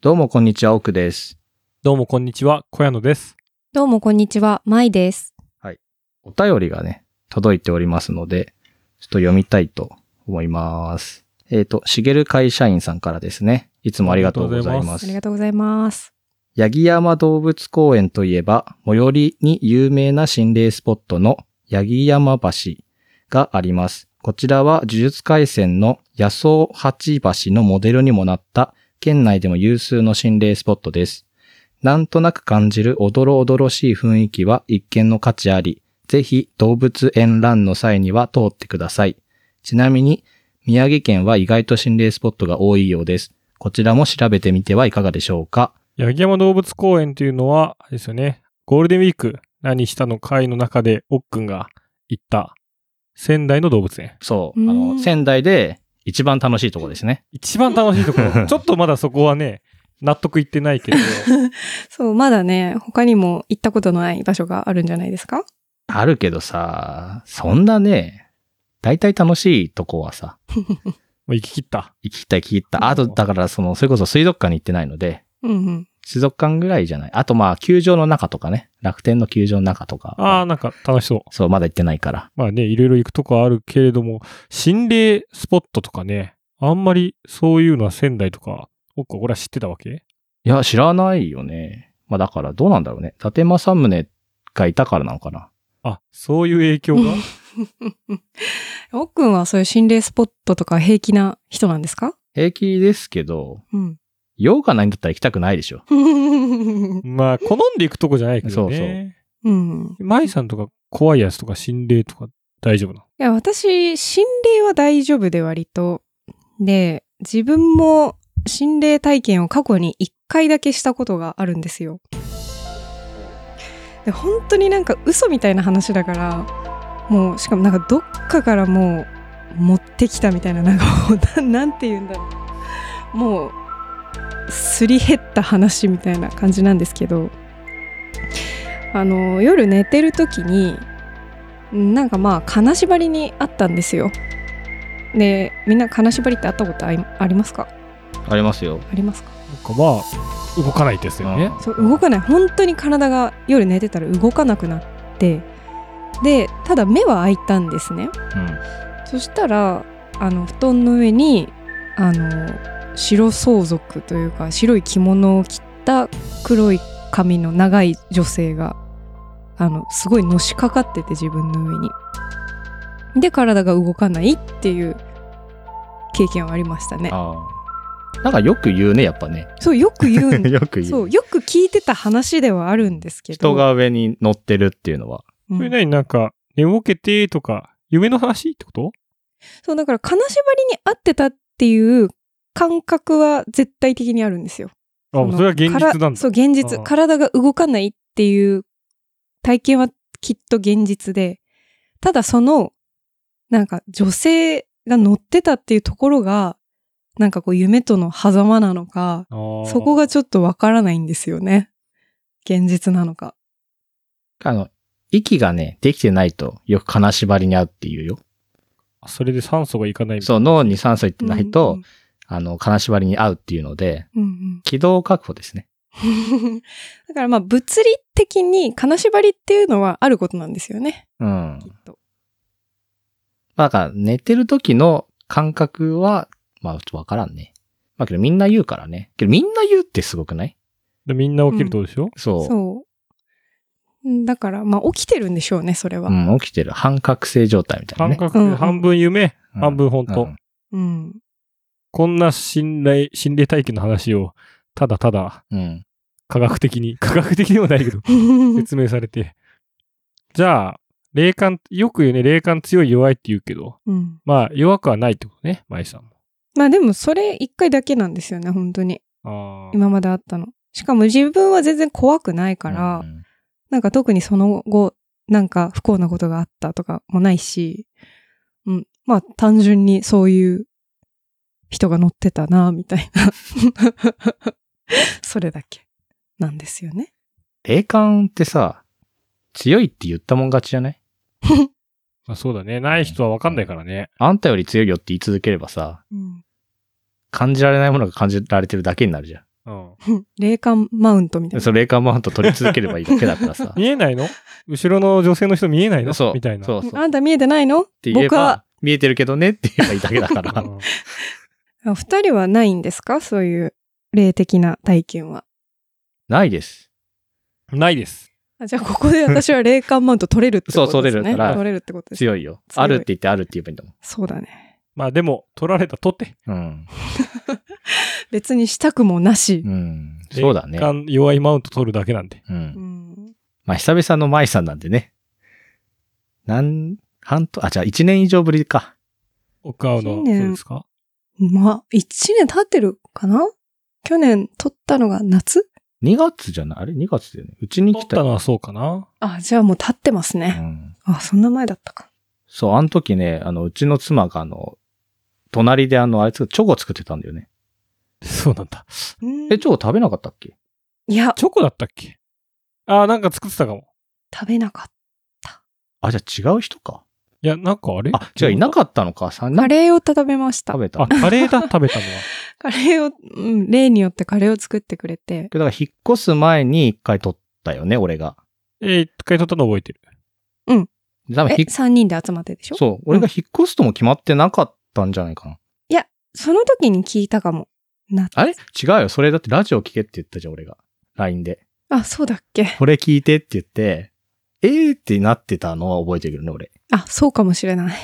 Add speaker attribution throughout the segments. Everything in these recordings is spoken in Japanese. Speaker 1: どうもこんにちは、奥です。
Speaker 2: どうもこんにちは、小屋野です。
Speaker 3: どうもこんにちは、まいです。
Speaker 1: お便りがね、届いておりますので、ちょっと読みたいと思います。えっ、と、しげる会社員さんからですね。いつもありがとうございま
Speaker 3: あ
Speaker 1: す
Speaker 3: り。がとうございます。
Speaker 1: 八木山動物公園といえば、最寄りに有名な心霊スポットの八木山橋があります。こちらは呪術廻戦の野草八橋のモデルにもなった県内でも有数の心霊スポットです。なんとなく感じるおどろおどろしい雰囲気は一見の価値あり、ぜひ動物園ランの際には通ってください。ちなみに、宮城県は意外と心霊スポットが多いようです。こちらも調べてみてはいかがでしょうか。
Speaker 2: 八木山動物公園というのは、あれですよね、ゴールデンウィーク何したの会の中で、おっくんが行った仙台の動物園。
Speaker 1: そう。
Speaker 3: うーん
Speaker 1: あの、仙台で一番楽しいとこですね。
Speaker 2: 一番楽しいと ころ。ちょっとまだそこはね、納得いってないけれど、
Speaker 3: そう、まだね、他にも行ったことない場所があるんじゃないですか
Speaker 1: あるけどさ、そんなね、大体楽しいとこはさ、
Speaker 2: もう行き切った。
Speaker 1: 行きった行きった。あと、だからその、それこそ水族館に行ってないので、
Speaker 3: うんうん。
Speaker 1: 水族館ぐらいじゃない。あとまあ、球場の中とかね。楽天の球場の中とか。
Speaker 2: ああ、なんか楽しそう。
Speaker 1: そう、まだ行ってないから。
Speaker 2: まあね、いろいろ行くとこあるけれども、心霊スポットとかね、あんまりそういうのは仙台とか、おっくん俺は知ってたわけ
Speaker 1: いや、知らないよね。まあだから、どうなんだろうね。伊達政宗がいたからなのかな。
Speaker 2: あ、そういう影響が
Speaker 3: おっくんはそういう心霊スポットとか平気な人なんですか
Speaker 1: 平気ですけど、
Speaker 3: うん。
Speaker 1: 用がないんだったら行きたくないでしょ。
Speaker 3: う
Speaker 2: まあ、好んで行くとこじゃないけどね。
Speaker 1: そう
Speaker 3: ん。
Speaker 2: 舞さんとか怖いやつとか心霊とか大丈夫なの
Speaker 3: いや、私、心霊は大丈夫で割と。で、自分も心霊体験を過去に一回だけしたことがあるんですよ。で、本当になんか嘘みたいな話だから、もう、しかもなんかどっかからもう持ってきたみたいな、なんかもう、 ななんて言うんだろう。もう、すり減った話みたいな感じなんですけど、あの、夜寝てる時に、なんかまあ金縛りにあったんですよ。でみんな金縛りってあったことありありますか
Speaker 1: ありますよ。
Speaker 3: ありますか
Speaker 2: なんかまあ、動かないですよね。
Speaker 3: そう動かない本当に体が夜寝てたら動かなくなってでただ目は開いたんですね。
Speaker 1: う
Speaker 3: そしたらあの布団の上にあの白装束というか白い着物を着た黒い髪の長い女性があのすごいのしかかってて自分の上に。で体が動かないっていう経験はありましたね
Speaker 1: ん。。ああ。なんかよく言うね、やっぱね。
Speaker 3: そうよく 言うん
Speaker 1: よく言う。
Speaker 3: そうよく聞いてた話ではあるんですけど。
Speaker 1: 人が上に乗ってるっていうのは。
Speaker 3: うん
Speaker 2: それなりになんか、寝ぼけてとか、夢の話ってこと
Speaker 3: そうだから金縛りに合ってたっていう感覚は絶対的にあるんですよ。
Speaker 2: あ、そ
Speaker 3: の
Speaker 2: れは現実
Speaker 3: か
Speaker 2: なん
Speaker 3: ら
Speaker 2: だ。
Speaker 3: そう、現実
Speaker 2: あ。あ
Speaker 3: 体が動かないっていう体験はきっと現実で、ただその、なんか女性が乗ってたっていうところが、なんかこう夢との狭間なのか、そ
Speaker 2: そ
Speaker 3: こがちょっとわからないんですよね。現実なのか。
Speaker 1: あの、息がね、できてないとよく金縛りに合うっていうよ。
Speaker 2: それで酸素がいかないみたい
Speaker 1: そう、脳に酸素いってないと、
Speaker 3: うん
Speaker 1: あの、金縛りに合うっていうので、
Speaker 3: うんうん
Speaker 1: 軌道確保ですね。
Speaker 3: うん、だからまあ物理的に金縛りっていうのはあることなんですよね、
Speaker 1: うん。
Speaker 3: きっと。
Speaker 1: まあ、だから寝てる時の感覚は、まあ、ちょっとわからんね。まあ、けどみんな言うからね。けどみんな言うってすごくない
Speaker 2: で、みんな起きるとでしょ、
Speaker 1: そう。
Speaker 3: そううん。だからまあ起きてるんでしょうね、それは。
Speaker 1: うん、起きてる。半覚醒状態みたいな
Speaker 2: 感
Speaker 1: ね。
Speaker 2: 覚、
Speaker 3: うんうん
Speaker 2: 半分夢、
Speaker 1: うん
Speaker 2: 半分本当、
Speaker 1: うん
Speaker 3: うん
Speaker 2: こんな信頼、心霊体験の話を、ただただ、
Speaker 1: うん。
Speaker 2: 科学的に、 科学的ではないけど、説明されて。じゃあ、霊感、よく言うね、霊感強い弱いって言うけど、
Speaker 3: うん、
Speaker 2: まあ、弱くはないってことね、舞さんも。
Speaker 3: まあでもそれ一回だけなんですよね本当に
Speaker 2: あー
Speaker 3: 今まであったのしかも自分は全然怖くないから、
Speaker 1: うん
Speaker 3: なんか特にその後なんか不幸なことがあったとかもないし、うん、まあ単純にそういう人が乗ってたなみたいな それだけなんですよね
Speaker 1: 霊感ってさ、強いって言ったもん勝ちじゃない
Speaker 2: まあ、そうだね。ない人は分かんないからね。
Speaker 1: あんたより強いよって言い続ければさ、
Speaker 3: うん
Speaker 1: 感じられないものが感じられてるだけになるじゃん。
Speaker 2: うん。
Speaker 3: 霊感マウントみたいな。
Speaker 1: それ霊感マウント取り続ければいいだけだから さ。
Speaker 2: 見えないの後ろの女性の人見えないの
Speaker 1: そう。
Speaker 2: みたいな。
Speaker 1: そうそう。っ
Speaker 3: あんた見えてないの
Speaker 1: て言え
Speaker 3: 僕は
Speaker 1: ば、、見えてるけどねって言えばいいだけだか
Speaker 2: う
Speaker 1: ら。
Speaker 2: ん
Speaker 3: あ二人はないんですかそういう霊的な体験は。
Speaker 1: ないです。
Speaker 2: ないです。
Speaker 3: あじゃあ、ここで私は霊感マウント取れるってことですね。
Speaker 1: そう取れるから
Speaker 3: 取れるってことですね。
Speaker 1: 強いよ。
Speaker 3: 強い
Speaker 1: あるって言ってあるって言えばいいんだもん。
Speaker 3: そうだね。
Speaker 2: まあでも、取られたとて、
Speaker 1: うん。
Speaker 3: 別にしたくもなし
Speaker 1: う。ん。そうだね。
Speaker 2: 感弱いマウント取るだけなんで。
Speaker 1: う。
Speaker 3: うんん。
Speaker 1: まあ、久々の舞さんなんでね。なん、半とあ、じゃあ1年以上ぶりか。
Speaker 2: 奥青の、
Speaker 3: 近年
Speaker 2: そうですか
Speaker 3: まあ、一年経ってるかな去年撮ったのが夏
Speaker 1: 2月じゃないあれ ?2 月だよね。うちに
Speaker 2: 取
Speaker 1: 来。
Speaker 2: ったたのはそうかな。
Speaker 3: あ、じゃあもう経ってます
Speaker 1: う
Speaker 3: ね。
Speaker 1: ん。
Speaker 3: あ、そんな前だったか。
Speaker 1: そう、あの時ね、あの、うちの妻があの、隣であの、あいつ、チョコ作ってたんだよね。
Speaker 2: そうなんだ。
Speaker 3: うん
Speaker 1: え、チョコ食べなかったっけ
Speaker 3: いや、
Speaker 2: チョコだったっけああ、なんか作ってたかも。
Speaker 3: 食べなかっ
Speaker 1: あ、じゃあ違う人か。
Speaker 2: いや、なんかあれ
Speaker 1: あ、違う、いなかったのか。3
Speaker 3: た。カ
Speaker 1: 人
Speaker 3: レーを食べました
Speaker 1: 食。べた。
Speaker 2: あ、カレーだ、食べたのは。
Speaker 3: カレーを、うん、例によってカレーを作ってくれて。
Speaker 1: だから引っ越す前に一回撮ったよね、俺が。
Speaker 2: えー一回取ったの覚えてる。
Speaker 1: で多分
Speaker 3: え、
Speaker 1: 引っ
Speaker 3: 3人で集まってでしょ
Speaker 1: そう、俺が引っ越すとも決まってなかったんじゃないかな。
Speaker 3: その時に聞いたかも。な
Speaker 1: あれ違うよ。それだってラジオ聞けって言ったじゃん、俺が。LINE で。
Speaker 3: あ、そうだっけ。
Speaker 1: これ聞いてって言って、えーってなってたのは覚えてるね、俺。
Speaker 3: あ、そうかもしれない。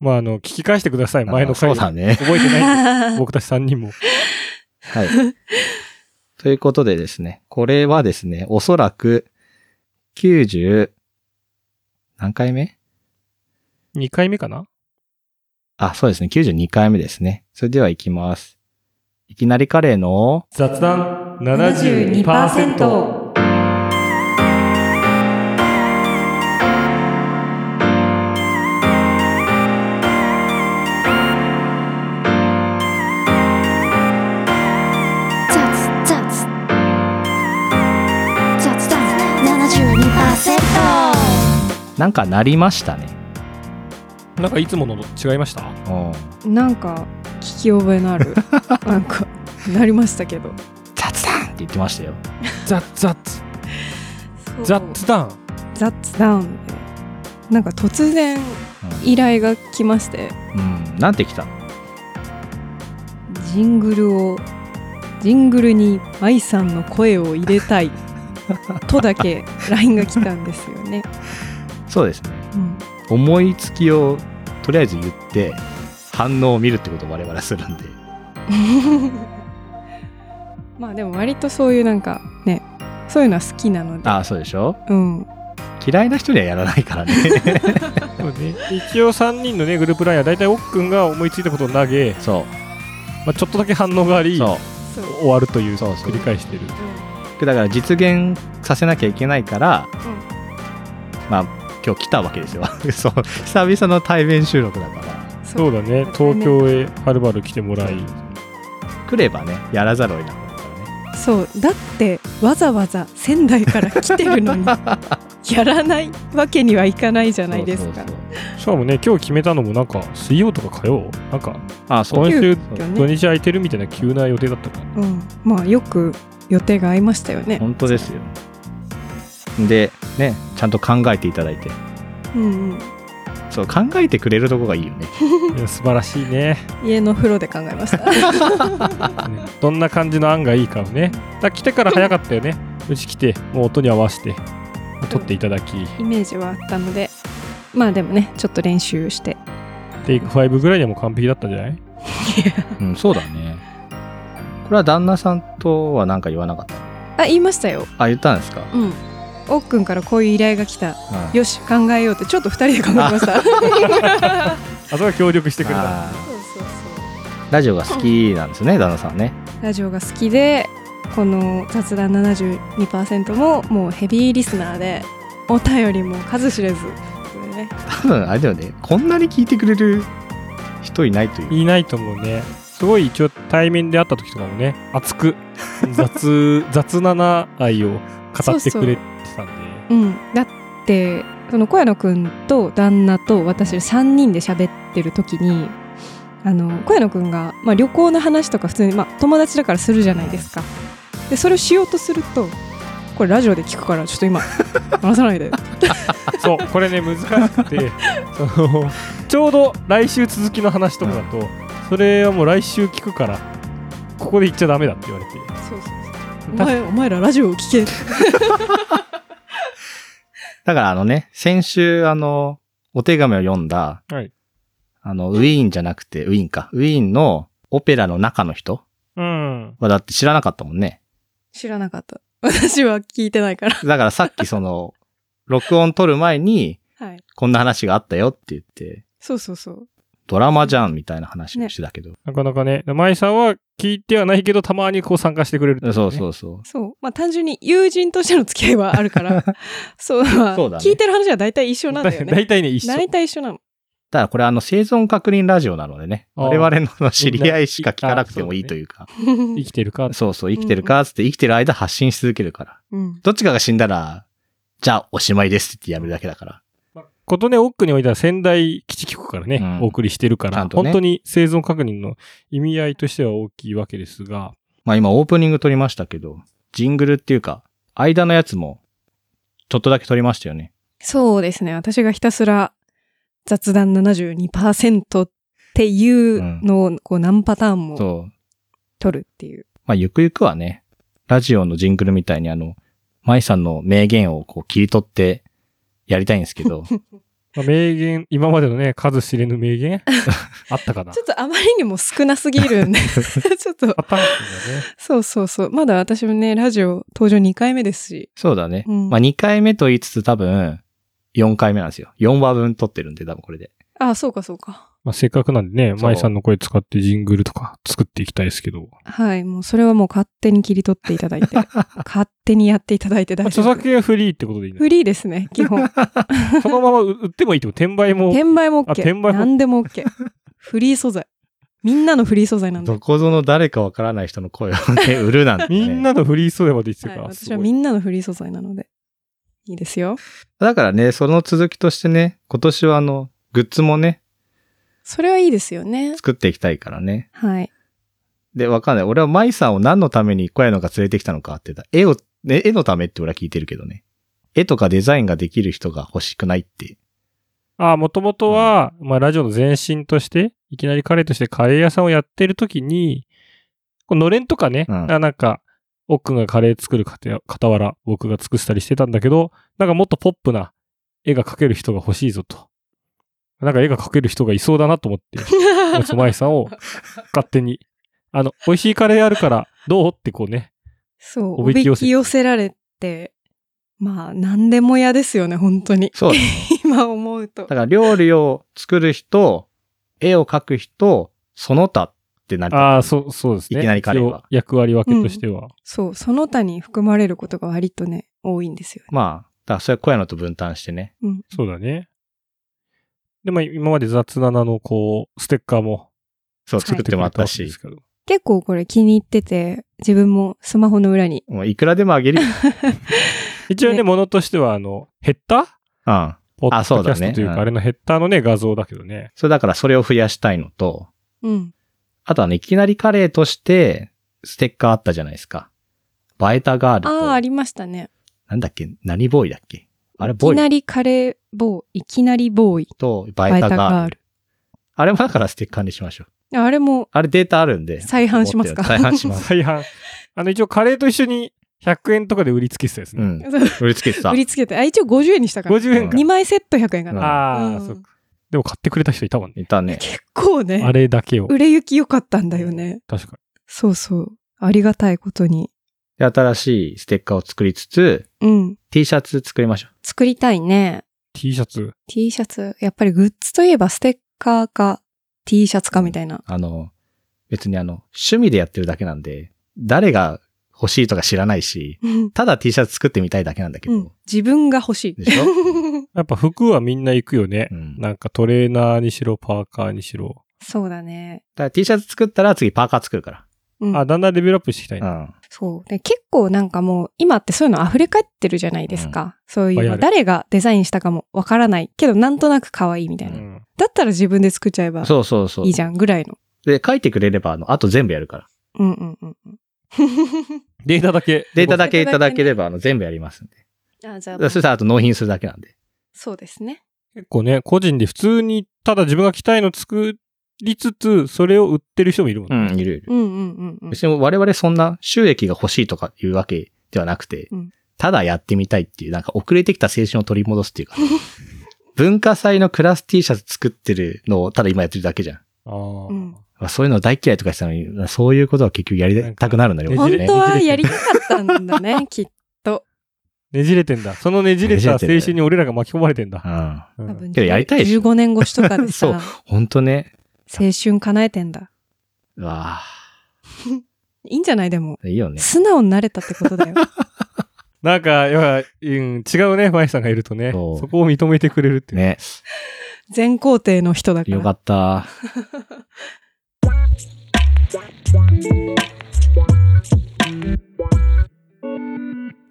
Speaker 2: まあ、あの、聞き返してください、前の
Speaker 1: そ
Speaker 2: 回
Speaker 1: うだ
Speaker 2: 覚
Speaker 1: ね。
Speaker 2: えてないんで
Speaker 3: は
Speaker 2: 僕たち3人も。
Speaker 1: はい。ということでですね、これはですね、おそらく、90、何回目
Speaker 2: 2回目かな
Speaker 1: あ、そうですね。92回目ですね。それでは行きます。いきなりカレーの、
Speaker 2: 雑談
Speaker 3: 72%。
Speaker 4: 雑雑雑談72%
Speaker 1: なんかなりましたね。
Speaker 2: なんかいつものと違いました
Speaker 1: うん。
Speaker 3: なんか、聞き覚えの ある。なんか、なりましたけど。
Speaker 1: 雑談って言ってましたよ。
Speaker 2: 雑雑雑談
Speaker 3: 雑談でなんか突然依頼が来まして
Speaker 1: うん。うん、なんて来たの
Speaker 3: ジングルをジングルに舞さんの声を入れた いとだけ LINE が来たんですよね、
Speaker 1: そうですね。
Speaker 3: うん、
Speaker 1: 思いつきをとりあえず言って、反応を見るってことを我々はするんで。
Speaker 3: まあでも割とそういうなんかねそういうのは好きなので
Speaker 1: ああ、そうでしょ
Speaker 3: うん
Speaker 1: 嫌いな人にはやらないからね。
Speaker 2: そうね一応3人のねグループラインは大体奥くんが思いついたことを投げ、
Speaker 1: そ
Speaker 2: まあ、ちょっとだけ反応があ
Speaker 1: う。
Speaker 2: り終
Speaker 1: そ
Speaker 3: そう、
Speaker 2: わるという
Speaker 1: そうそう
Speaker 2: 繰り返してる
Speaker 1: う。だから実現させなきゃいけないから、まあ、今日来たわけですよ。 そう。久々の対面収録だから。
Speaker 3: うん
Speaker 2: そうだね東京へはるばる来てもらい
Speaker 1: 来ればねやらざるを得なくなるからね
Speaker 3: そうだってわざわざ仙台から来てる のにやらないわけにはいかないじゃないですか
Speaker 1: そうそうそう
Speaker 2: しかもね今日決めたのもなんか水曜とか火曜なんか
Speaker 1: あそう
Speaker 2: 今週
Speaker 3: 急遽ね
Speaker 2: 土日空いてるみたいな急な予定だったから
Speaker 3: うん、まあよく予定が合いましたよね。
Speaker 1: 本当ですよでねちゃんと考えていただいて
Speaker 3: うんうん、
Speaker 1: そう考えてくれるとこがいいよね
Speaker 2: いや素晴らしいね
Speaker 3: 家の風呂で考えま した。
Speaker 2: ねどんな感じの案がいいかをねだから来てから早かったよねうち来てもう音に合わせて撮っていただき
Speaker 3: イメージはあったので、まあでもね、ちょっと練習して。
Speaker 2: テイク5ぐらいにはもう完璧だったんじゃない
Speaker 1: うんそうだねこれは旦那さんとは何か言わなかった
Speaker 3: あ、言いましたよ。
Speaker 1: あ言ったんですか、
Speaker 3: うん。おっくんからこういう依頼が来た。
Speaker 1: うん
Speaker 3: よし、考えようって、ちょっと二人で考えま した。 そう
Speaker 2: あそこは協力してくれた
Speaker 1: あ
Speaker 3: そうそう。
Speaker 1: ーラジオが好きなんですよね、旦那さんね
Speaker 3: ラジオが好きで、この雑談72%ももうヘビーリスナーで、お便りも数知れず。これね
Speaker 1: 多分あれだよねこんなに聞いてくれる人いないという
Speaker 2: いないと思うねすごい一応対面で会った時とかもね熱く雑 雑なな愛を語ってくれてたんで
Speaker 3: うん、だってその小谷野くんと旦那と私3人で喋ってる時にあの小谷野くんが、まあ、旅行の話とか普通に、まあ、友達だからするじゃないですかでそれをしようとするとこれラジオで聞くからちょっと 今話さないで
Speaker 2: そうこれね難しく てそのちょうど来週続きの話とかだと、それはもう来週聞くからここで言っちゃダメだって言われて
Speaker 3: そうそうそうお前お前らラジオを聞け
Speaker 1: だからあのね、先週あの、お手紙を読んだ、
Speaker 2: はい
Speaker 1: あの、ウィーンじゃなくて、ウィーンか。ウィーンのオペラの中の人
Speaker 2: うん
Speaker 1: はだって知らなかったもんね。
Speaker 3: 知らなかった私は聞いてないから
Speaker 1: だからさっきその、 録音撮る前に、
Speaker 3: はい
Speaker 1: こんな話があったよって言って、
Speaker 3: そうそうそう
Speaker 1: ドラマじゃんみたいな話をしてたけど。
Speaker 2: なかなかね舞さんは聞いてはないけどたまにこう参加してくれるっていね、
Speaker 1: そう
Speaker 2: う
Speaker 1: そうそう。
Speaker 3: そうまあ単純に友人としての付き合いはあるからそう,、まあ
Speaker 1: そうだね
Speaker 3: 聞いてる話は大体一緒なんだよね
Speaker 2: 大体ね一緒
Speaker 3: 大体一緒なの
Speaker 1: ただこれあの、生存確認ラジオなのでね、
Speaker 2: あ
Speaker 1: 我
Speaker 2: ー
Speaker 1: 々のあの知り合いしか聞かなくてもいいというか、
Speaker 2: 生きてるか
Speaker 1: そうそう、生きてるかっつって生きてる間発信し続けるから。
Speaker 3: うん
Speaker 1: どっちかが死んだら、じゃあおしまいですってやめるだけだから。
Speaker 2: ことね、奥においては仙台基地局からね、
Speaker 1: うん
Speaker 2: お送りしてるか
Speaker 1: ちゃ
Speaker 2: ら、
Speaker 1: んとね
Speaker 2: 本当に生存確認の意味合いとしては大きいわけですが、
Speaker 1: まあ今オープニング撮りましたけど、ジングルっていうか、間のやつも、ちょっとだけ撮りましたよね。
Speaker 3: そうですね私がひたすら雑談72%っていうのをこう何パターンも
Speaker 1: そう。
Speaker 3: 取るっていう、
Speaker 1: まあゆくゆくはね、ラジオのジングルみたいにあの、舞さんの名言をこう切り取ってやりたいんですけ ど、
Speaker 2: まあ名言、今までのね、数知れぬ名 言、あったかな
Speaker 3: ちょっとあまりにも少なすぎるんでちょっと
Speaker 2: パターン
Speaker 3: そうそうそうまだ私もねラジオ登場2回目ですし
Speaker 1: そうだね。
Speaker 3: うん
Speaker 1: まあ2回目と言いつつ多分、4回目なんですよ。4話分撮ってるんで多分これで。
Speaker 3: ああそうかそうか
Speaker 2: まあ、せっかくなんでね、
Speaker 1: そう
Speaker 2: 舞さんの声使ってジングルとか作っていきたいですけど、
Speaker 3: はいもうそれはもう勝手に切り取っていただいて勝手にやっていただいて大
Speaker 2: まあ、
Speaker 3: 丈
Speaker 2: 著
Speaker 3: 夫
Speaker 2: 作権はフリーってことでいいの
Speaker 3: フリーで すね、基本。
Speaker 2: そのまま売ってもいいってこと転売も、
Speaker 3: 転売も
Speaker 2: あ
Speaker 3: OK。
Speaker 2: 転売も
Speaker 3: 何でも OK。フリー素材。みんなのフリー素材なんで。
Speaker 1: どこぞの誰かわからない人の声をね、売るなんて、ね。
Speaker 2: みんなのフリー素材まで言ってた
Speaker 3: はい、
Speaker 2: から、
Speaker 3: 私
Speaker 2: す
Speaker 3: は
Speaker 2: ごい
Speaker 3: みんなのフリー素材なので。いいですよ。
Speaker 1: だからね、その続きとしてね、今年はあの、グッズもね、
Speaker 3: それはいいですよね。
Speaker 1: 作っていきたいからね。
Speaker 3: はい。
Speaker 1: で、わかんない。俺は舞さんを何のために小屋のが連れてきたのかって言った絵を、ね絵のためって俺は聞いてるけどね。絵とかデザインができる人が欲しくないって。
Speaker 2: ああ、もともとは、まあ、ラジオの前身として、いきなり彼としてカレー屋さんをやってるときに、こうのれんとかね、
Speaker 1: うん
Speaker 2: あなんか、奥がカレー作るかて傍ら、僕が尽くしたりしてたんだけど、なんかもっとポップな絵が描ける人が欲しいぞと。なんか絵が描ける人がいそうだなと思って、おつまいさ んを勝手に、あの、美味しいカレーあるから、どうってこうね、
Speaker 3: そう、
Speaker 2: お
Speaker 3: お
Speaker 2: び
Speaker 3: び
Speaker 2: き寄せ
Speaker 3: き寄せられて、まあ、何でも嫌ですよね、本当に。
Speaker 1: そうだね。
Speaker 3: 今思うと
Speaker 1: だ。から料理を作る人、絵を描く人、その他ってなりたい
Speaker 2: ああ、そう、そうですね。
Speaker 1: いきなりカレーは
Speaker 2: 一応役割分けとしては。
Speaker 3: そう、その他に含まれることが割とね、多いんですよね。
Speaker 1: まあ、だからそれは小屋のと分担してね。
Speaker 3: うん。
Speaker 2: そうだね。で、まあ、今まで雑な名の、こう、ステッカーも
Speaker 1: そう、
Speaker 3: はい
Speaker 1: 作ってもらったし、
Speaker 2: 作ってくれたわけですけど
Speaker 3: 結構これ気に入ってて、自分もスマホの裏に
Speaker 1: もういくらでもあげ るよ。
Speaker 2: 一応ね、
Speaker 3: ね
Speaker 2: ものとしては、あの、ヘッダー
Speaker 1: うん。
Speaker 2: ポッドキ
Speaker 1: そうだ
Speaker 2: ャ
Speaker 1: ね
Speaker 2: ストというか、あ
Speaker 1: うん
Speaker 2: れのヘッダーのね、画像だけどね。
Speaker 1: それだからそれを増やしたいのと、
Speaker 3: うん。
Speaker 1: あとはね、いきなりカレーとして、ステッカーあったじゃないですか。バエタガール
Speaker 3: ああ、あ
Speaker 1: と、
Speaker 3: りましたね。
Speaker 1: なんだっけ、何ボーイだっけあれ、
Speaker 3: い
Speaker 1: ボ
Speaker 3: き
Speaker 1: ーイ
Speaker 3: なりカレーボーイ、いきなりボーイ、
Speaker 1: とバ
Speaker 3: バ
Speaker 1: エ
Speaker 3: イ
Speaker 1: タ
Speaker 3: タ
Speaker 1: ガ
Speaker 3: ガ
Speaker 1: ール。
Speaker 3: ール。
Speaker 1: あれもだからステッカーにしましょう。
Speaker 3: ああれも、
Speaker 1: あれデータあるんで。
Speaker 3: 再販しますか
Speaker 1: 持ってる再販し ます。
Speaker 2: 再販。あの、一応、カレーと一緒に100円とかで売りつけてたやつ
Speaker 1: う
Speaker 2: ね。
Speaker 1: ん。売りつけてた
Speaker 3: 売。りつけて、あ、一応50円にしたから。
Speaker 2: 50円か。
Speaker 3: 2枚セット100円かな。
Speaker 2: ああ、
Speaker 3: うん
Speaker 2: そっか。でも買ってくれた人いたもんね。
Speaker 1: いたね。
Speaker 3: 結構
Speaker 2: あ
Speaker 3: ね、
Speaker 2: れだけを。
Speaker 3: 売れ行き良かったんだよね。
Speaker 2: 確か
Speaker 3: そうそう。ありがたいことに。
Speaker 1: で、新しいステッカーを作りつつ、
Speaker 3: うん。
Speaker 1: T シャツ作りましょ
Speaker 3: 作りたいね。
Speaker 2: に。T シャツ。
Speaker 3: T シャツ。やっぱりグッズといえばステッカーか T シャツかみたいな。
Speaker 1: う。あの、別にあの、趣味でやってるだけなんで、誰が欲しいとか知らないし、
Speaker 3: うん。
Speaker 1: ただ T シャツ作ってみたいだけなんだけど。
Speaker 3: 自分が欲しい。
Speaker 1: でしょ
Speaker 2: やっぱ服はみんな行くよね
Speaker 1: う。ん。だか
Speaker 2: なんかトレーナーにしろ、パーカーにしろ。
Speaker 3: そうだね。
Speaker 1: ら T シャツ作ったら次パーカー作るか
Speaker 3: うん
Speaker 2: あ、だんだんレベルアップしていきたいね。
Speaker 1: ら。うん。
Speaker 3: そう。で、結構なんかもう、今ってそういうの溢れ返ってるじゃないですか。そうい
Speaker 2: いうっぱいあ
Speaker 3: の。
Speaker 2: る
Speaker 3: 誰がデザインしたかもわからないけど、なんとなく可愛いみたいうな。
Speaker 2: ん。
Speaker 3: だったら自分で作っちゃえば
Speaker 1: そうそうそう。
Speaker 3: いいじゃんぐらいの。
Speaker 1: で、書いてくれれば、あの、あと全部やるから。
Speaker 3: うんうんうんうん。
Speaker 2: データだけ。
Speaker 1: データだけいただければ、あの、全部やりますんで。
Speaker 3: あじゃ
Speaker 1: だか
Speaker 3: あ
Speaker 1: らそしたら、あと納品するだけなんで。
Speaker 3: そうですね
Speaker 2: 結構ね、個人で普通に、ただ自分が着たいの作りつつ、それを売ってる人もいるもん
Speaker 1: う
Speaker 2: ね。
Speaker 1: ん、いるいる。
Speaker 3: うんうんうんうん
Speaker 1: 別に我々そんな収益が欲しいとかいうわけではなくて
Speaker 3: うん、
Speaker 1: ただやってみたいっていう、なんか遅れてきた青春を取り戻す っていうか、文化祭のクラス T シャツ作ってるのをただ今やってるだけじゃん。
Speaker 2: ああ、
Speaker 3: うん
Speaker 1: まあそういうの大嫌いとかしたのに、そういうことは結局やりたくなるんだよね。
Speaker 2: なんか
Speaker 1: 僕ね
Speaker 3: 本当はやりたかったんだねきっと
Speaker 2: ねじれてんだ。そのねじれた青春に俺らが巻き込まれてんだ。
Speaker 1: うん。
Speaker 3: 多
Speaker 2: うん
Speaker 3: 分
Speaker 1: けどやりたいでしょ
Speaker 3: 15年越しとかでさ
Speaker 1: そう本当ね。
Speaker 3: 青春叶えてんだ
Speaker 1: うわ
Speaker 3: いいんじゃないでも
Speaker 1: あいいよね。
Speaker 3: 素直になれたってこ とだよ
Speaker 2: なんか、やっぱ、うん、違うね、マイさんがいるとね。
Speaker 1: そう
Speaker 2: そこを認めてくれるっていう。
Speaker 1: ね。
Speaker 3: 全皇帝の人だから
Speaker 1: よか った。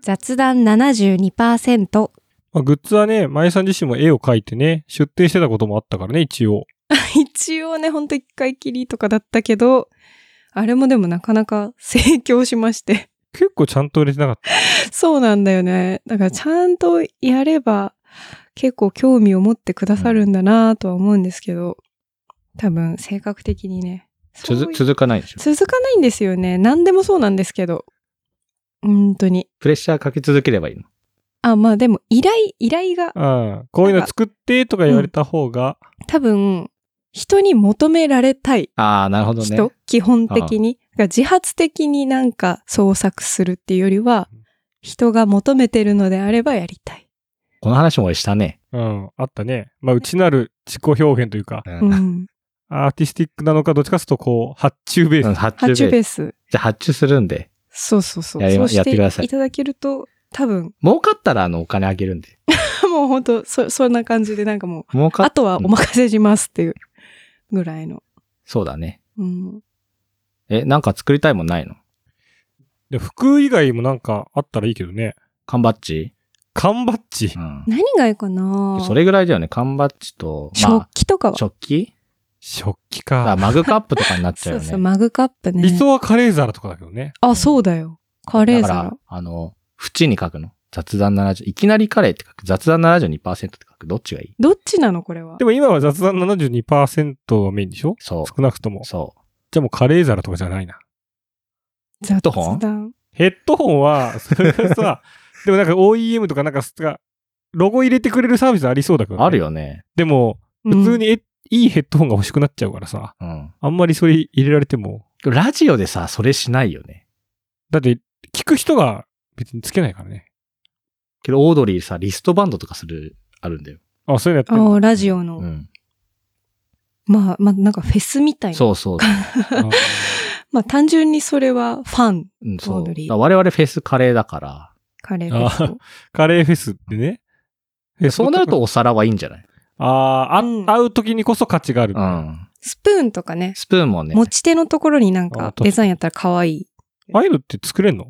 Speaker 3: 雑談72%
Speaker 2: まあ、グッズはね、マイさん自身も絵を描いてね、出展してたこともあったからね、一応。
Speaker 3: 一応ねほんと一回きりとかだったけどあれもでもなかなか 盛況しまして
Speaker 2: 結構ちゃんと売れてなかった。
Speaker 3: そうなんだよね。だからちゃんとやれば結構興味を持ってくださるんだなとは思うんですけど、多分性格的にね。そう
Speaker 1: 続
Speaker 3: いう
Speaker 1: 続かないでしょ。
Speaker 3: 続かないんですよね。何でもそうなんですけど。本当に。
Speaker 1: プレッシャーかけ続ければいいの。
Speaker 3: あ、まあでも依頼、依頼が
Speaker 2: うん。こういうの作ってとか言われた方が、
Speaker 3: 多分人に求められたい
Speaker 1: ああ、なるほどね。
Speaker 3: 人、基本的に。だから自発的になんか創作するっていうよりは、人が求めてるのであればやり たい。
Speaker 1: この話も俺したね。
Speaker 2: うん、あったね。まあ、内なる自己表現というか、
Speaker 1: う。
Speaker 3: うんん。
Speaker 2: アーティスティックなのか、どっちかというと、こう、発注ベース。
Speaker 1: 発
Speaker 3: ハ
Speaker 1: 注
Speaker 3: チュ
Speaker 1: ベ
Speaker 3: ベ
Speaker 1: ース。
Speaker 3: ース
Speaker 1: じゃあ発注するんで。
Speaker 3: そうそうそう。
Speaker 1: やりま
Speaker 3: そうし
Speaker 1: やってください
Speaker 3: いただけると、多分、
Speaker 1: 儲かったらあのお金あげるんで。
Speaker 3: もう本当そ、そんな感じで、なんかもう、
Speaker 1: 儲か
Speaker 3: あ
Speaker 1: っ、
Speaker 3: とはお任せしますっていうぐらいの。
Speaker 1: そうだね。
Speaker 3: うん。
Speaker 1: え、なんか作りたいもんないの
Speaker 2: で、服以外もなんかあったらいいけどね。
Speaker 1: 缶バッジ
Speaker 2: 缶バッジ
Speaker 1: う。ん。
Speaker 3: 何がいいかな
Speaker 1: それぐらいだよね。缶バッジと、
Speaker 3: 食器とか
Speaker 1: あ、
Speaker 3: は。
Speaker 1: 食器
Speaker 2: 食器
Speaker 1: あ
Speaker 2: か。
Speaker 1: マグカップとかになっちゃうよ
Speaker 3: そう
Speaker 1: ね。
Speaker 3: そう、マグカップね。
Speaker 2: 理想はカレー皿とかだけどね。
Speaker 3: あ、そうだよ。カレー
Speaker 1: だか
Speaker 3: 皿
Speaker 1: ら。、あの、縁に書くの。雑談70、いきなりカレーって書く。雑談72%って書く。どっちがいい
Speaker 3: どっちなのこれは
Speaker 2: で。も今は雑談72%がメインでしょ
Speaker 1: そう。
Speaker 2: 少なくとも。
Speaker 1: そう。
Speaker 2: じゃあもうカレー皿とかじゃないな。
Speaker 3: 雑
Speaker 1: ドホン
Speaker 3: 談。
Speaker 2: ヘッドホンは、それ がさ、でもなんか OEM とかなんか、ロゴ入れてくれるサービスありそうだけど、
Speaker 1: ある。よね。
Speaker 2: でも、
Speaker 3: うん
Speaker 2: 普通に、えいいヘッドホンが欲しくなっちゃうからさ、
Speaker 1: うん。
Speaker 2: あんまりそれ入れられても、
Speaker 1: ラジオでさ、それしないよね。
Speaker 2: だって聞く人が別につけないからね。
Speaker 1: けど、オードリーさ、リストバンドとかする、あるんだよ。
Speaker 2: あ、そういうのやって
Speaker 3: あ
Speaker 2: んの
Speaker 3: ーラジオの、
Speaker 1: うん。
Speaker 3: まあ、まあ、なんかフェスみたいな。
Speaker 1: そう そう。
Speaker 2: あ
Speaker 3: まあ、単純にそれはファン、
Speaker 1: うん、そう。
Speaker 3: オード
Speaker 1: だか
Speaker 3: リー
Speaker 1: ら我々フェスカレーだ から。
Speaker 3: カレーフェスを。
Speaker 2: カレーフェスってね。え
Speaker 1: そうなると、お皿はいいんじゃない
Speaker 2: あーあ、
Speaker 3: うん
Speaker 2: 会う時にこそ価値がある。
Speaker 1: うん。
Speaker 3: スプーンとかね、
Speaker 1: スプーンもね、
Speaker 3: 持ち手のところになん
Speaker 2: あ
Speaker 3: か
Speaker 2: 確かに
Speaker 3: デザインやったら可愛い。
Speaker 2: ああいうのって作れんの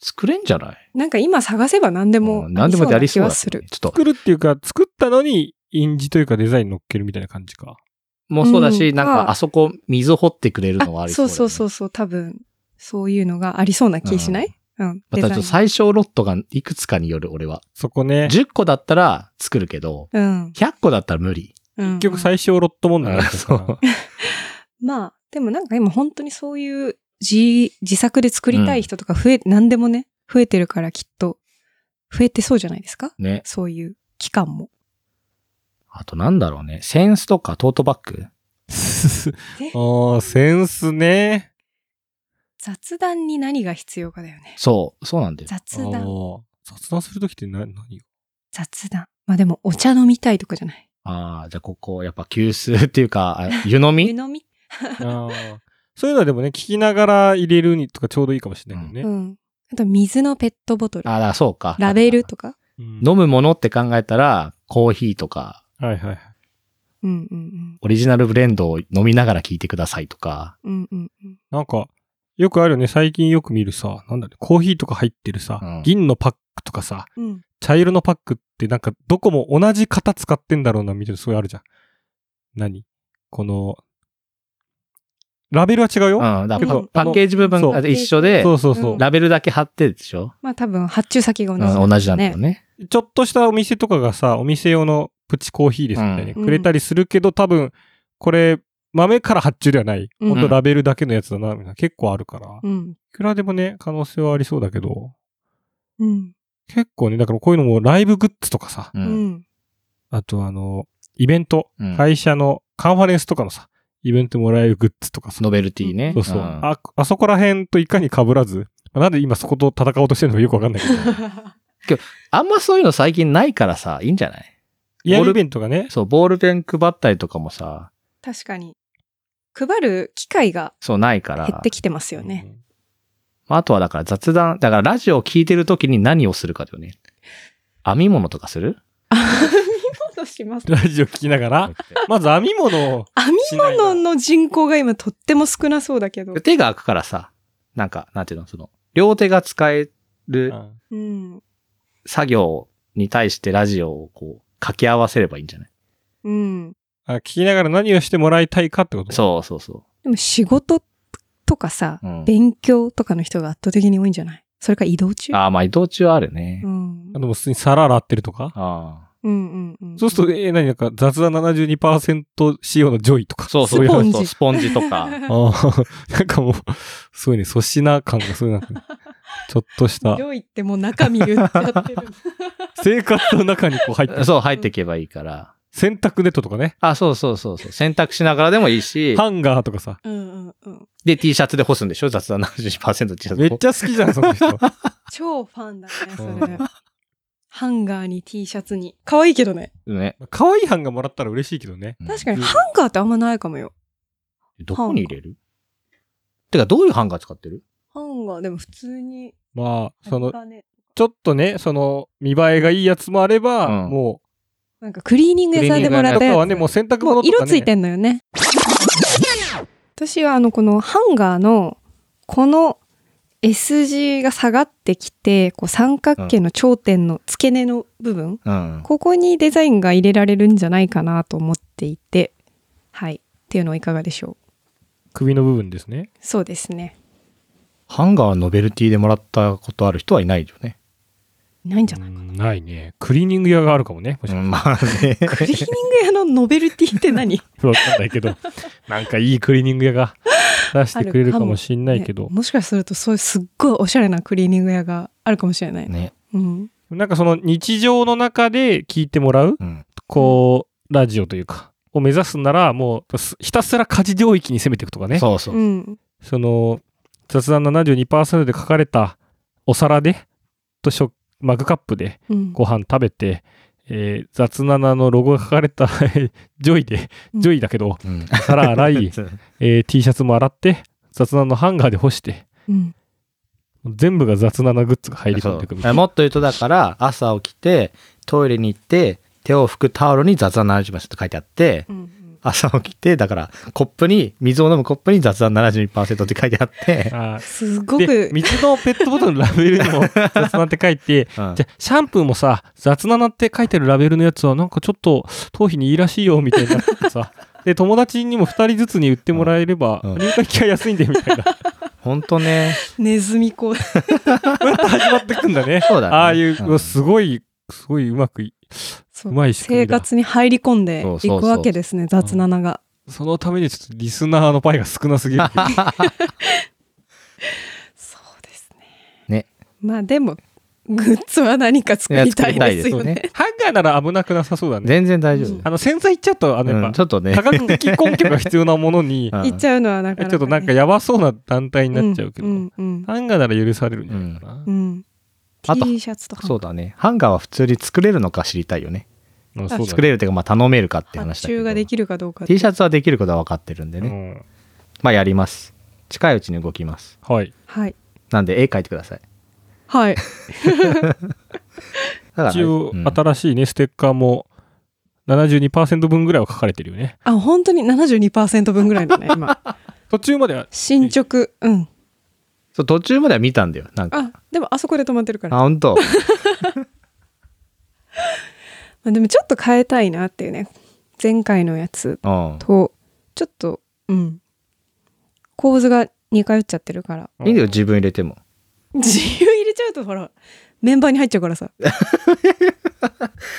Speaker 1: 作れんじゃない
Speaker 3: なんか今探せば何でも
Speaker 1: うん何でもやりそうだ
Speaker 3: あそうな気はする。
Speaker 1: ね。ちょっと、
Speaker 2: 作るっていうか、作ったのに、印字というかデザイン乗っけるみたいな感じか。
Speaker 1: もうそうだし、
Speaker 3: うん
Speaker 1: なんか、あそこ、水掘ってくれるのはあ
Speaker 3: あ
Speaker 1: りそ
Speaker 3: そうう
Speaker 1: だよね、
Speaker 3: そうそうそう、多分、そういうのがありそうな気しないうん。
Speaker 1: ま
Speaker 3: デ
Speaker 1: たち
Speaker 3: ザ
Speaker 1: ょっ
Speaker 3: イ
Speaker 1: と
Speaker 3: ン
Speaker 1: 最小ロットがいくつかによる、俺は。
Speaker 2: そこね。
Speaker 1: 10個だったら作るけど、
Speaker 3: うん。
Speaker 1: 100個だったら無理。
Speaker 3: 結
Speaker 2: 結局最小ロット問題だった
Speaker 1: そ
Speaker 2: か
Speaker 1: う
Speaker 2: ら。
Speaker 3: まあ、でもなんか今本当にそういう自自作で作りたい人とか増え、何でもね、増えてるからきっと、増えてそうじゃないですか
Speaker 1: ね。
Speaker 3: そういう期間も。
Speaker 1: あとなんだろうね。センスとかトートバッグ
Speaker 2: ああ、センスね。
Speaker 3: 雑談に何が必要かだよね。
Speaker 1: そう、そうなんだよ。
Speaker 3: 雑
Speaker 2: あ
Speaker 3: 談。
Speaker 2: ー雑談するときってな何よ
Speaker 3: 雑談。まあでもお茶飲みたいとかじゃない。
Speaker 1: ああ、じゃあここ、やっぱ急須っていうか、あ湯飲
Speaker 3: 湯
Speaker 1: み
Speaker 3: 飲み
Speaker 2: あーそういうのはでもね、聞きながら入れるにとかちょうどいいかもしれないけ
Speaker 3: う
Speaker 2: どね。
Speaker 3: ん。あと水のペットボトル
Speaker 1: あ。あ、だからそうか。
Speaker 3: ラベルとか。
Speaker 2: うん
Speaker 1: 飲むものって考えたら、コーヒーとか、
Speaker 2: はいはいはい。
Speaker 3: うんうん
Speaker 1: オリジナルブレンドを飲みながら聞いてくださいとか。
Speaker 3: うん。うんうんうん。
Speaker 2: なんか、よくあるよね、最近よく見るさ、なんだろう、コーヒーとか入ってるさ、
Speaker 1: うん
Speaker 2: 銀のパックとかさ、
Speaker 3: うん、
Speaker 2: 茶色のパックってなんかどこも同じ型使ってんだろうなみたいなすごいあるじゃん。何この、ラベルは違う
Speaker 1: う
Speaker 2: よ。
Speaker 1: ん。だから
Speaker 2: 結構
Speaker 1: パパッケージ部分が
Speaker 2: そ
Speaker 1: 一緒で
Speaker 2: そ、うそうそうう。
Speaker 1: ラベルだけ貼ってでしょ
Speaker 3: まあ多分発注先が同じ,、
Speaker 1: うん同じなんだよね。
Speaker 2: ちょっとしたお店とかがさ、お店用のプチコーヒーですみたいに
Speaker 3: うん
Speaker 2: くれたりするけど、多分、これ、豆から発注ではない。
Speaker 3: うん
Speaker 2: ほんとラベルだけのやつだな、みたいな。結構あるから。い
Speaker 3: うん。
Speaker 2: くらでもね、可能性はありそうだけど、
Speaker 3: うん。
Speaker 2: 結構ね、だからこういうのもライブグッズとかさ、
Speaker 1: う。
Speaker 3: うんん。
Speaker 2: あとあの、イベント、
Speaker 1: うん
Speaker 2: 会社のカンファレンスとかのさ、イベントもらえるグッズとかさ、
Speaker 1: ノベルティね。
Speaker 2: そうそう。
Speaker 1: ん
Speaker 2: あ、あそこら辺といかに被らず、まあなんで今そこと戦おうとしてるのかよくわかんないけど、
Speaker 1: あんまそういうの最近ないからさ、いいんじゃない
Speaker 2: イヤーイベントがね、
Speaker 1: そう、ボールペン配ったりとかもさ、
Speaker 3: 確かに。配る機会が
Speaker 1: そうないから。
Speaker 3: 減ってきてますよね。
Speaker 1: まああとはだから雑談、だからラジオを聞いてるときに何をするかだよね。編み物とかする
Speaker 3: どうします
Speaker 2: うんラジオ聞きながら、まず編み物を、
Speaker 3: 編み物の人口が今とっても少なそうだけど。
Speaker 1: 手が空くからさ、なんか、なんていうの、その、両手が使え
Speaker 2: う
Speaker 1: る
Speaker 2: ん
Speaker 3: うん。
Speaker 1: 作業に対してラジオをこう、掛け合わせればいいんじゃない
Speaker 3: うん。
Speaker 2: あ聞きながら何をしてもらいたいかってこと
Speaker 1: そうそうそ
Speaker 3: でも仕事とかさ、
Speaker 1: う。うん、
Speaker 3: 勉強とかの人が圧倒的に多いんじゃないそれか移動中
Speaker 1: ああ、まあ移動中はあるね。
Speaker 3: うん
Speaker 2: あ。でも普通に皿洗ってるとか
Speaker 1: あ
Speaker 3: うんうんうん。
Speaker 2: そうすると、えー、何なんか雑談72%仕様のジョイと
Speaker 1: あ。
Speaker 2: か。
Speaker 1: そうそう
Speaker 2: い
Speaker 1: いうう
Speaker 2: の
Speaker 3: スポン
Speaker 1: の
Speaker 3: ジ
Speaker 1: そうスポンジと か。
Speaker 2: あー なんかもう、すごいね、粗品感がすごいなんかね、ちょっとした
Speaker 3: ジ、ョイってもう中身言っちゃってる。
Speaker 2: 生活の中にこう入ってる、
Speaker 1: そう、入っていけばいいから。
Speaker 2: 洗濯ネットとかね、
Speaker 1: あ、そうそうそうそう。洗濯しながらでもいいし、
Speaker 2: ハンガーとかさ、
Speaker 3: うんうんうん。
Speaker 1: で、T シャツで干すんでしょ雑談 72%T シャツ。
Speaker 2: めっちゃ好きじゃん、その人。
Speaker 3: 超ファンだね、そ
Speaker 2: うん
Speaker 3: れ。ハンガーに T シャツに。可愛いけどね。
Speaker 1: ね。
Speaker 2: 可愛いハンガーもらったら嬉しいけどね。
Speaker 3: 確か
Speaker 2: う
Speaker 3: に
Speaker 2: ん
Speaker 3: ハンガーってあんまないかもよ。
Speaker 1: に。どこに入れるてか、どういうハンガー使ってる
Speaker 3: ハンガーでも普通に。
Speaker 2: まあ、その、
Speaker 3: あれだね
Speaker 2: ちょっとね、その、見栄えがいいやつもあれば、
Speaker 1: うん
Speaker 2: も
Speaker 3: なんかクリーニング屋さんでも
Speaker 2: う、
Speaker 3: ら
Speaker 2: と
Speaker 3: ったや
Speaker 2: か
Speaker 3: つ。
Speaker 2: はね、もう洗濯
Speaker 3: も
Speaker 2: 物
Speaker 3: う
Speaker 2: とか、ね。
Speaker 3: 色ついてんのよね。私はあのこのハンガーのこの S 字が下がってきてこう三角形の頂点の付け根の部分、
Speaker 1: うん。
Speaker 3: ここにデザインが入れられるんじゃないかなと思っていてはいっていうのはいかがでしょう
Speaker 2: 首の部分ですね。
Speaker 3: そうですね
Speaker 1: ハンガーノベルティでもらったことある人はいないよね。
Speaker 3: いないんじゃない、
Speaker 2: うんないね。クリーニング屋があるかもね。もしかし
Speaker 1: ん、まあ ね。
Speaker 3: クリーニング屋のノベルティって何
Speaker 2: たらわかんないけど、なんかいいクリーニング屋が出してくれるかもしん ないけど
Speaker 3: ね、もしかするとそういうすっごいおしゃれなクリーニング屋があるかもしれない、
Speaker 1: ね。
Speaker 3: うん
Speaker 2: なんかその日常の中で聞いてもらう、
Speaker 1: うん。
Speaker 2: こう、ラジオというか、を目指すなら、もう、すひたすら家事領域に攻めていくとかね。
Speaker 1: そうそう
Speaker 3: う。ん
Speaker 2: その雑談72%で書かれたお皿でと食マグカップで
Speaker 3: うん
Speaker 2: ご飯食べて、えー雑7のロゴが書かれた ジョイで
Speaker 3: うん
Speaker 2: ジョイだけど
Speaker 1: うん。
Speaker 2: 皿洗い、
Speaker 1: そう
Speaker 2: えー T シャツも洗って雑7のハンガーで干して
Speaker 3: うん
Speaker 2: 全部が雑7グッズが入り込んでいくみたいな
Speaker 1: もっと言うと、だから、朝起きて、トイレに行って、手を拭くタオルに雑談70%って書いてあって
Speaker 3: う、ん
Speaker 1: 朝起きて、だから、コップに、水を飲むコップに雑談72%って書いてあって、
Speaker 2: あー
Speaker 3: すご
Speaker 2: で
Speaker 3: く
Speaker 2: 水のペットボトルのラベルにも雑7って書いて
Speaker 1: うん
Speaker 2: じゃあシャンプーもさ雑ななって書いてるラベルのやつはなんかちょっと頭皮にいいらしいよみたいになっ てさで友達にも2人ずつに売ってもらえれば
Speaker 1: うんうん
Speaker 2: 入会金は安いんでみたいな
Speaker 1: ほんとね。
Speaker 3: ネズミ子
Speaker 2: 始まってくんだね
Speaker 1: そうだね
Speaker 2: ああいう、
Speaker 1: うん
Speaker 2: うわすごいすごいうまくい
Speaker 3: そう
Speaker 2: まい仕組
Speaker 3: 生
Speaker 2: みだ
Speaker 3: 活に入り込んで
Speaker 1: そう
Speaker 3: い
Speaker 1: そう
Speaker 3: く
Speaker 1: そう
Speaker 3: わけですね雑ななが
Speaker 2: そのためにちょっとリスナーのパイが少な すぎる
Speaker 3: そうですね
Speaker 1: ね
Speaker 3: まあでもグッズは何か作りたいですよ
Speaker 1: いや作りたい
Speaker 3: ね
Speaker 1: で
Speaker 2: ハンガーなら危なくなさそうだね
Speaker 1: 全然大丈
Speaker 3: う
Speaker 1: 夫
Speaker 3: ん。
Speaker 2: あの洗剤いっちゃうとあのや
Speaker 1: うん
Speaker 2: っ
Speaker 1: ち
Speaker 2: ぱ、
Speaker 1: ょっとね。
Speaker 2: 科学的根拠が必要なも のに
Speaker 1: うん
Speaker 3: 行っちゃうのはなか
Speaker 2: ちょっ
Speaker 3: なか、ね、
Speaker 2: となんかやばそうな団体になっちゃうけど、
Speaker 3: うんうん
Speaker 2: ハンガーなら許されるんじゃないかな、
Speaker 3: うん、
Speaker 1: あと
Speaker 3: T シャツとか
Speaker 1: そうだね。ハンガーは普通に作れるのか知りたいよね。
Speaker 2: あそうだね
Speaker 1: 作れるっていうか、まあ頼めるかって話
Speaker 3: 発
Speaker 1: だけど。
Speaker 3: 注ができるかどうか
Speaker 1: T シャツはできることは分かってるんでね。
Speaker 2: うん
Speaker 1: まあやります。近いうちに動きます。
Speaker 2: はい
Speaker 3: はい
Speaker 1: なんで絵描いてください。
Speaker 3: はい
Speaker 1: だから
Speaker 2: 一応
Speaker 1: うん
Speaker 2: 新しいね、ステッカーも72%分ぐらいは書かれてるよね
Speaker 3: あ本当に72%分ぐらいだね今
Speaker 2: 途中までは
Speaker 3: 進捗うん
Speaker 1: そう途中までは見たんだよ。なんか。
Speaker 3: あでもあそこで止まってるから
Speaker 1: あ、本 当。
Speaker 3: まあ、でもちょっと変えたいなっていうね前回のやつ
Speaker 1: うん。
Speaker 3: とちょっとうん構図が似通っちゃってるから
Speaker 1: いいんだよ、自分入れても。
Speaker 3: 自由入れちゃうとほらメンバーに入っちゃう からさ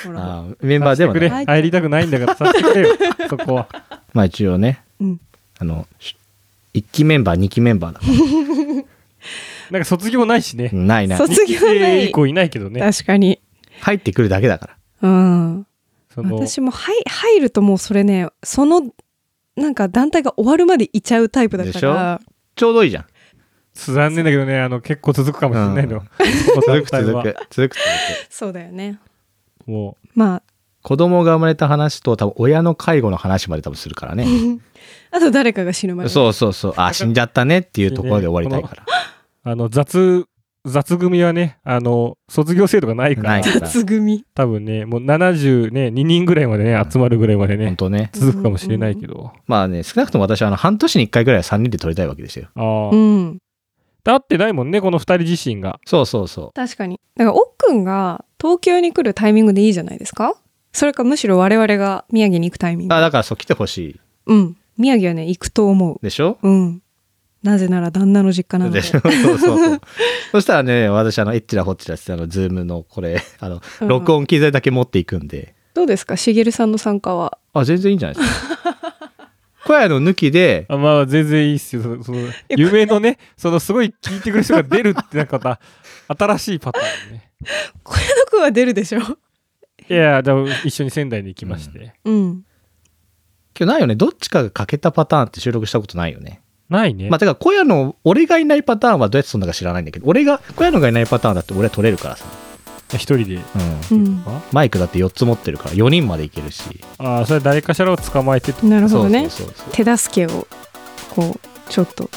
Speaker 3: ほら
Speaker 1: あーメンバーでもね
Speaker 2: させて。くれ入りたくないんだからさせてく れよそこは
Speaker 1: まあ一応ね、
Speaker 3: うん
Speaker 1: あの、1期メンバー、2期メンバーだか
Speaker 2: なんか卒業ないしね
Speaker 1: ら。ないない。
Speaker 3: 卒業
Speaker 2: 日
Speaker 3: な
Speaker 2: 系
Speaker 3: い
Speaker 2: 以降いないけどね
Speaker 3: 確かに
Speaker 1: 入ってくるだけだから。
Speaker 3: うん
Speaker 2: その
Speaker 3: 私も入入るともうそれねそのなんか団体が終わるまでいちゃうタイプだから
Speaker 1: ちょうどいいじゃん。
Speaker 2: 残念だけどねあの結構続くかもしれないのよ、この
Speaker 1: 続く
Speaker 2: 団体
Speaker 1: 続
Speaker 2: は
Speaker 1: く。続く続く。
Speaker 3: そうだよね
Speaker 2: もう
Speaker 3: まあ
Speaker 1: 子供が生まれた話と多分親の介護の話まで多分するからね。
Speaker 3: あ と誰かが死ぬまで
Speaker 1: そうそうそう。あ、死んじゃったねっていうところで終わりたいから。
Speaker 2: あの雑雑組はねあの卒業制度がないから
Speaker 1: ないから
Speaker 3: 脱組
Speaker 2: 多分ねもう70ね2人ぐらいまでね集まるぐらいまで
Speaker 1: 本
Speaker 2: ね
Speaker 1: 当ね。
Speaker 2: 続くかもしれないけど、
Speaker 1: まあね、少なくとも私はあの半年に1回ぐらいは3人で撮りたいわけですよ。
Speaker 2: ああ、
Speaker 3: うん
Speaker 2: だってないもんねこの2人自身が
Speaker 1: そうそうそ
Speaker 3: 確かにだから奥くんが東京に来るタイミングでいいじゃないですかそれかむしろ我々が宮城に行くタイミン
Speaker 1: う。
Speaker 3: グ
Speaker 1: あだからそう来てほし
Speaker 3: うん宮城はね行くと思う
Speaker 1: いでしょ
Speaker 3: うんなぜなら旦那の実家なので
Speaker 1: でしょ そうそうそう。そしたらね、私あの、エッチラホッチラしてあの、ズームのこれ、あの、
Speaker 3: うん
Speaker 1: 録音機材だけ持っていくんで。
Speaker 3: どうですかしげるさんの参加は
Speaker 1: あ、全然いいんじゃないです か。小屋の抜きで、
Speaker 2: あまあ全然いいっすよそその夢のねそのすごい聞いてくる人が出るってなんかまた新しいパターンね
Speaker 3: 小屋の子は出るでしょ
Speaker 2: いやでも一緒に仙台に行きまして、
Speaker 3: うん
Speaker 1: 今日ないよね。どっちかが欠けたパターンって収録したことないよね。
Speaker 2: ないね、
Speaker 1: まあ、てか、小屋の俺がいないパターンはどうやってそんなか知らないんだけど、俺が、小屋のがいないパターンだって俺は撮れるからさ。
Speaker 2: 一人で
Speaker 1: うん。
Speaker 3: うん
Speaker 1: マイクだって4つ持ってるから、4人までいけるし。
Speaker 2: ああそれは誰かしらを捕まえてと
Speaker 3: なるほどね
Speaker 1: そうそうそう
Speaker 3: 手助けをこうちょっと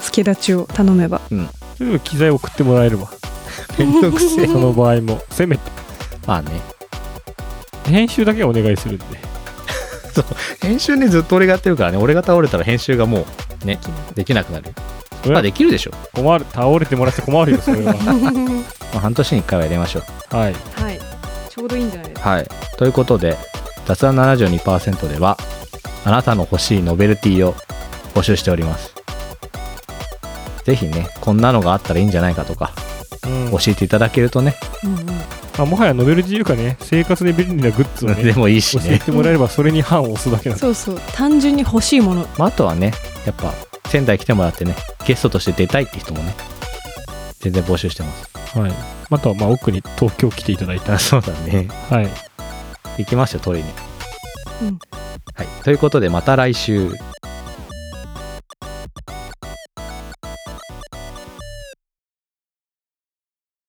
Speaker 3: 助立ちを頼めば
Speaker 2: それより機材送ってもらえれば
Speaker 1: そう。めんどくせえ
Speaker 2: その場合もせめて
Speaker 1: まあね。
Speaker 2: 編集だけはお願いするんで
Speaker 1: 編集ねずっと俺がやってるからね俺が倒れたら編集がもうねできなくなる
Speaker 2: それ
Speaker 1: まあ
Speaker 2: は
Speaker 1: できるでしょ、
Speaker 2: 困る倒れてもらって困るよそれは
Speaker 3: は
Speaker 1: まあ、半年に1回はやりましょう
Speaker 2: はい
Speaker 3: いちょうどいいんじゃないですか
Speaker 1: はいということで雑談72%ではあなたの欲しいノベルティを募集しておりますぜひねこんなのがあったらいいんじゃないかとか
Speaker 2: うん
Speaker 1: 教えていただけるとね、
Speaker 3: うんうん
Speaker 2: まあ、もはやノベル自由かね生活で便利なグッズ を
Speaker 1: で
Speaker 2: ね
Speaker 1: もいいし
Speaker 2: 教え
Speaker 1: ね、
Speaker 2: てもらえればそれに判を押すだけなんで
Speaker 3: そうそう単純に欲しいもの
Speaker 1: まあ、あとはねやっぱ仙台来てもらってねゲストとして出たいって人もね全然募集してます
Speaker 2: はい、あとはまあ奥に東京来ていただいた
Speaker 1: あそうだね
Speaker 2: はい
Speaker 1: 行きましょう取りに
Speaker 3: うん
Speaker 1: はい、ということでまた来週